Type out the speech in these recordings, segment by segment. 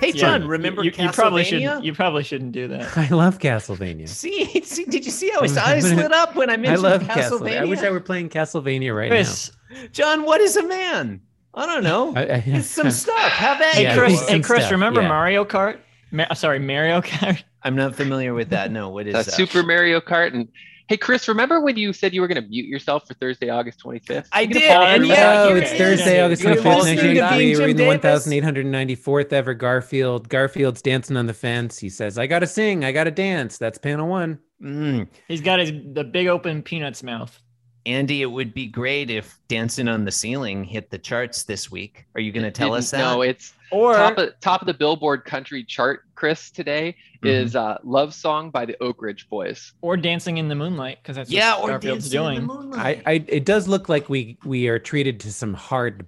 Hey, Yeah, John, remember you, Castlevania? you probably shouldn't. You probably shouldn't do that. I love Castlevania. see, see, did you see how his eyes lit up when I I mentioned love Castlevania. Castlevania? I wish I were playing Castlevania right Chris, John, what is a man? I don't know. now. I, I, It's some stuff. Have that. hey Yeah, Chris, it's hey some Chris, stuff, remember yeah. Mario Kart? Ma- sorry, Mario Kart. I'm not familiar with that. No, what is Uh, that? Super Mario Kart. And hey, Chris, remember when you said you were going to mute yourself for Thursday, August 25th? I You gonna did, follow and through with yeah, that? oh, you it's did. Thursday, August You're 25th, listening to 1993. Being We're in the Jim Davis? 1894th ever Garfield. Garfield's dancing on the fence. He says, I got to sing. I got to dance. That's panel one. Mm, He's got his the big open peanuts mouth. Andy, it would be great if Dancing on the Ceiling hit the charts this week. Are you going to tell us that? No, it's Or top of, top of the Billboard country chart, Chris, today Mhm. is uh, Love Song by the Oak Ridge Boys. or dancing in the moonlight because that's yeah, what or Garfield's Dancing in doing. the I, Moonlight. I, it does look like we we are treated to some hard,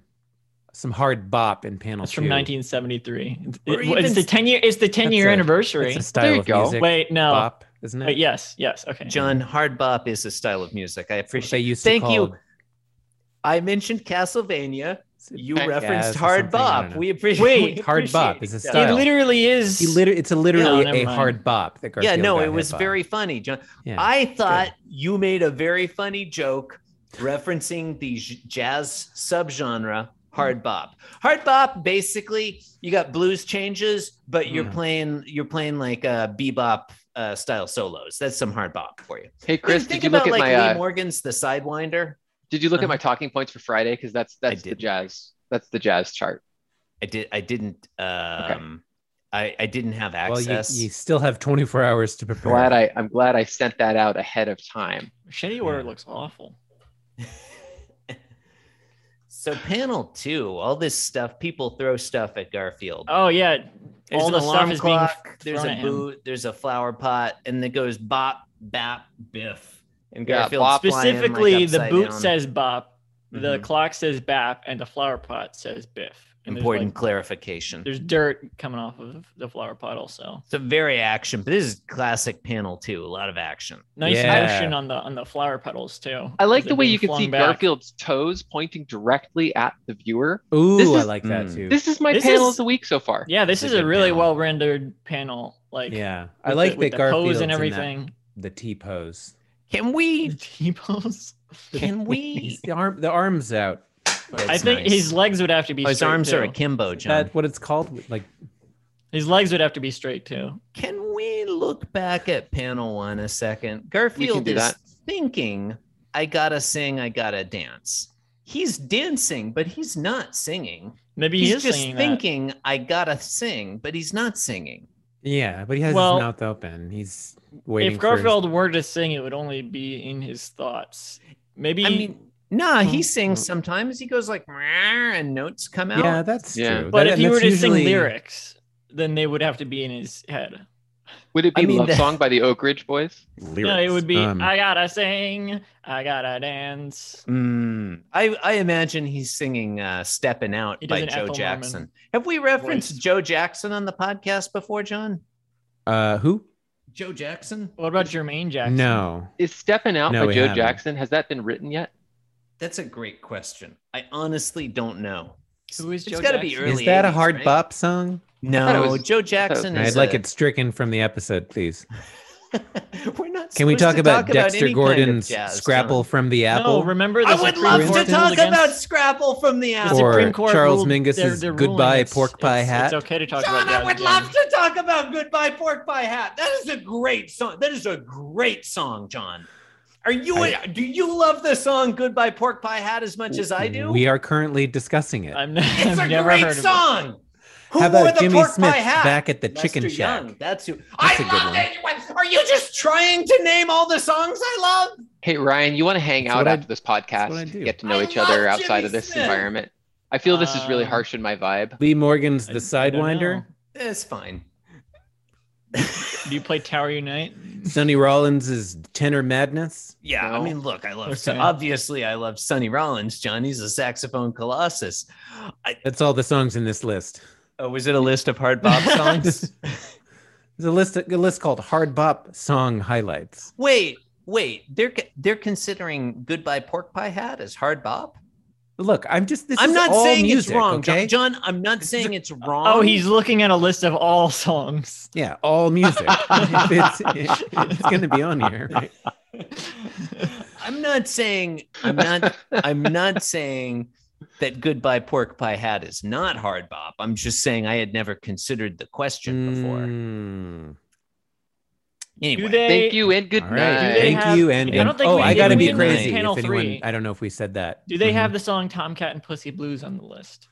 some hard bop in panel It's two. from 1973. It- Or it- even- it's the 10 year. It's the 10 year That's a- anniversary. It's a style you of go. music. Wait, no. bop, isn't it? Wait, yes, yes. Okay. John, hard bop is a style of music. I What they appreciate used Thank to you. call I mentioned Castlevania. You Jazz referenced or hard something, I don't bop. know. We appreciate Wait, we hard bop appreciate is a it. style. It literally is. He literally, it's a literally never a mind. hard bop that Yeah, Garfield no, got it hit was by. very funny, John. Yeah. I thought you made a very funny joke referencing the j- jazz subgenre hard bop. Hard bop basically you got blues changes but you're Mhm. playing you're playing like uh bebop uh, style solos. That's some hard bop for you. Hey, Chris, think did you about look at like my Lee uh, Morgan's The Sidewinder? Did you look Uh-huh. at my talking points for Friday? Because that's that's the didn't. jazz. That's the jazz chart. I did I didn't um I I didn't have well, you, access. you still have 24 hours to prepare. Glad I I'm glad I sent that out ahead of time. Shitty order Yeah. looks awful. So panel 2, all this stuff people throw stuff at Garfield. Oh yeah, There's all an the alarm stuff is being. clock. there's thrown at a him. boot. There's a flower pot, and it goes bop, bap, biff. And Yeah, Garfield's bop. flying, like, Specifically, the upside boot down. says bop, the Mhm. clock says bap, and the flower pot says biff. And there's, Important like- clarification. There's dirt coming off of the flower pot also. It's a very action, but this is classic panel too. A lot of action. Nice Yeah. motion on the on the flower petals too. I like as the they're way being you can flung see back. Garfield's toes pointing directly at the viewer. Ooh, This I is- like that Mm. too. This is my This panel is- of the week so far. Yeah, this It's is a a good really panel. well rendered panel. Like yeah, I with like the, that with the Garfield's pose and in that- everything. the T pose. Can The we? T pose. Can He's we? the arm, the arms out. I think his legs would have to be. Oh, his straight, arms too. are akimbo, Is John. that what it's called? Like, His legs would have to be straight too. Can we look back at panel one a second? Garfield do is that. thinking, I gotta sing, I gotta dance. He's dancing, but he's not singing. Maybe he he's is just singing that. thinking i gotta sing but he's not singing yeah, but he has Well, his mouth open. He's waiting. If for his- Garfield were to sing, it would only be in his thoughts. Maybe i mean nah he Mm-hmm. Mm. sings Mm. sometimes he goes like "Meow," and notes come out yeah, that's Yeah. true. But That- if he that's were to usually- sing lyrics, then they would have to be in his head. Would it be I mean, Love the- Song by the Oak Ridge Boys? No, it would be Um, I gotta sing, I gotta dance. Mm. I, I imagine he's singing uh, Steppin' Out He does by an Joe Ethel Jackson. Merman Have we referenced voice. Joe Jackson on the podcast before, John? uh, who? Joe Jackson? What about Jermaine Jackson? No, Is Steppin' Out No, by we Joe haven't. Jackson? Has that been written yet? That's a great question. I honestly don't know. Who is it's Joe got to be Jackson? early. is that a 80s, hard right? bop song? thought it No, was- Joe Jackson was- is. I'd like a- it stricken from the episode, please. We're not. Can we supposed talk to about any Dexter kind of Gordon's jazz, Scrapple John. from the No, Apple? remember the I would Supreme love Court to ruled talk against- about Scrapple from the the Apple. Or Supreme Court Charles ruled Mingus's their- their Goodbye ruling. It's- Pork Pie it's- Hat. It's okay to talk John, about I jazz would again. love to talk about Goodbye Pork Pie Hat. That is a great song. That is a great song, John. Are you do you love the song Goodbye Pork Pie Hat as much as I do? We are currently discussing it. I'm not, it's I've a never great heard song. Who How wore about the Jimmy pork Smith pie hat? back at the Chicken Lester Shack? Young, That's who. That's I a good love one. it. What- Are you just trying to name all the songs I love? Hey Ryan, you want to hang That's out what I- after this that's what I podcast, do. get to know I each other love outside Jimmy of this Smith. environment. I feel this is really Uh, harsh in my vibe. Lee Morgan's of it. The I don't Sidewinder. know. It's fine. Do you play Tower Unite? Sonny Rollins is Tenor Madness. Yeah, I No. mean, look, I love Okay. so obviously I love Sonny Rollins, John. He's a saxophone colossus. I, That's all the songs in this list. oh, was it a list of hard bop songs? There's a list, a list called Hard Bop Song Highlights. wait, wait, they're they're considering Goodbye Pork Pie Hat as hard bop. Look, I'm just this I'm is not all saying music, it's wrong, okay? John. John, I'm not This is saying a- it's wrong. Oh, he's looking at a list of all songs. Yeah, all music. If it's, it's going to be on here. right? I'm not saying I'm not I'm not saying that goodbye pork pie hat is not hard bop. I'm just saying I had never considered the question before. Mm. Do Anyway, they? Thank you and good All right. night. they Thank have- you. And, I don't think oh, we I did got to win be in crazy. panel If anyone, three. I don't know if we said that. Do they have Mhm. the song "Tomcat and Pussy Blues" on the list?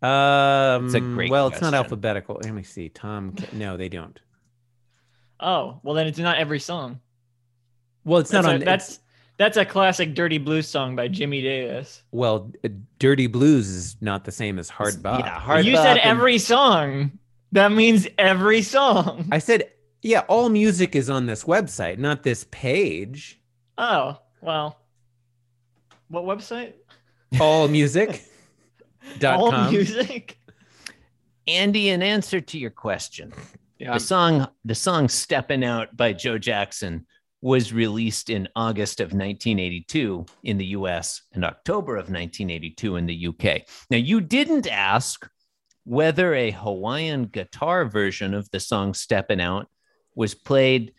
Um, It's a great well, it's not question. alphabetical. Let me see. Tom. Ca- No, they don't. Oh, well, then it's not every song. Well, it's That's not a, on. that's it's- that's a classic "Dirty Blues" song by Jimmy Davis. well, uh, Dirty Blues is not the same as Hard It's- Bop. yeah, Hard you Bop said and- every song. That means every song. I said, yeah, all music is on this website, not this page. oh, well. What website? All music. Dot all com. music. Andy, in answer to your question, Yeah, the song the song "Steppin' Out" by Joe Jackson was released in August of 1982 in the U.S. and October of 1982 in the U.K. Now, you didn't ask whether a Hawaiian guitar version of the song "Steppin' Out" was played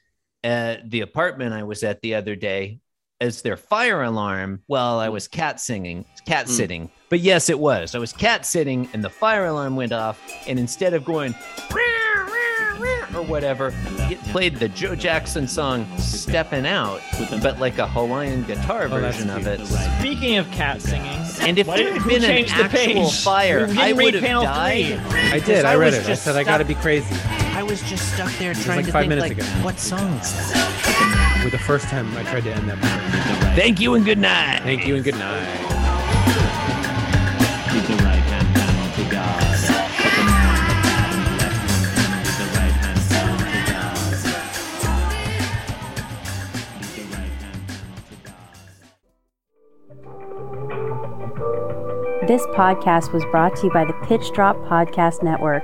at the apartment I was at the other day as their fire alarm while I was cat singing, cat Mm. sitting. But yes, it was. I was cat sitting, and the fire alarm went off, and instead of going or whatever. It played the Joe Jackson song Steppin' Out, but like a Hawaiian guitar Oh, that's version of cute. it. Speaking of cat singing, And if Why there did- had who been an changed the actual page? fire, We didn't I read would have panel died. I Because did. I I read was it. I just said I got to be crazy. I was just stuck there trying like to five think, minutes like, ago. what songs? For the first time, I tried to end that. Part. Thank you and good night. Thank you and good night. This podcast was brought to you by the Pitch Drop Podcast Network.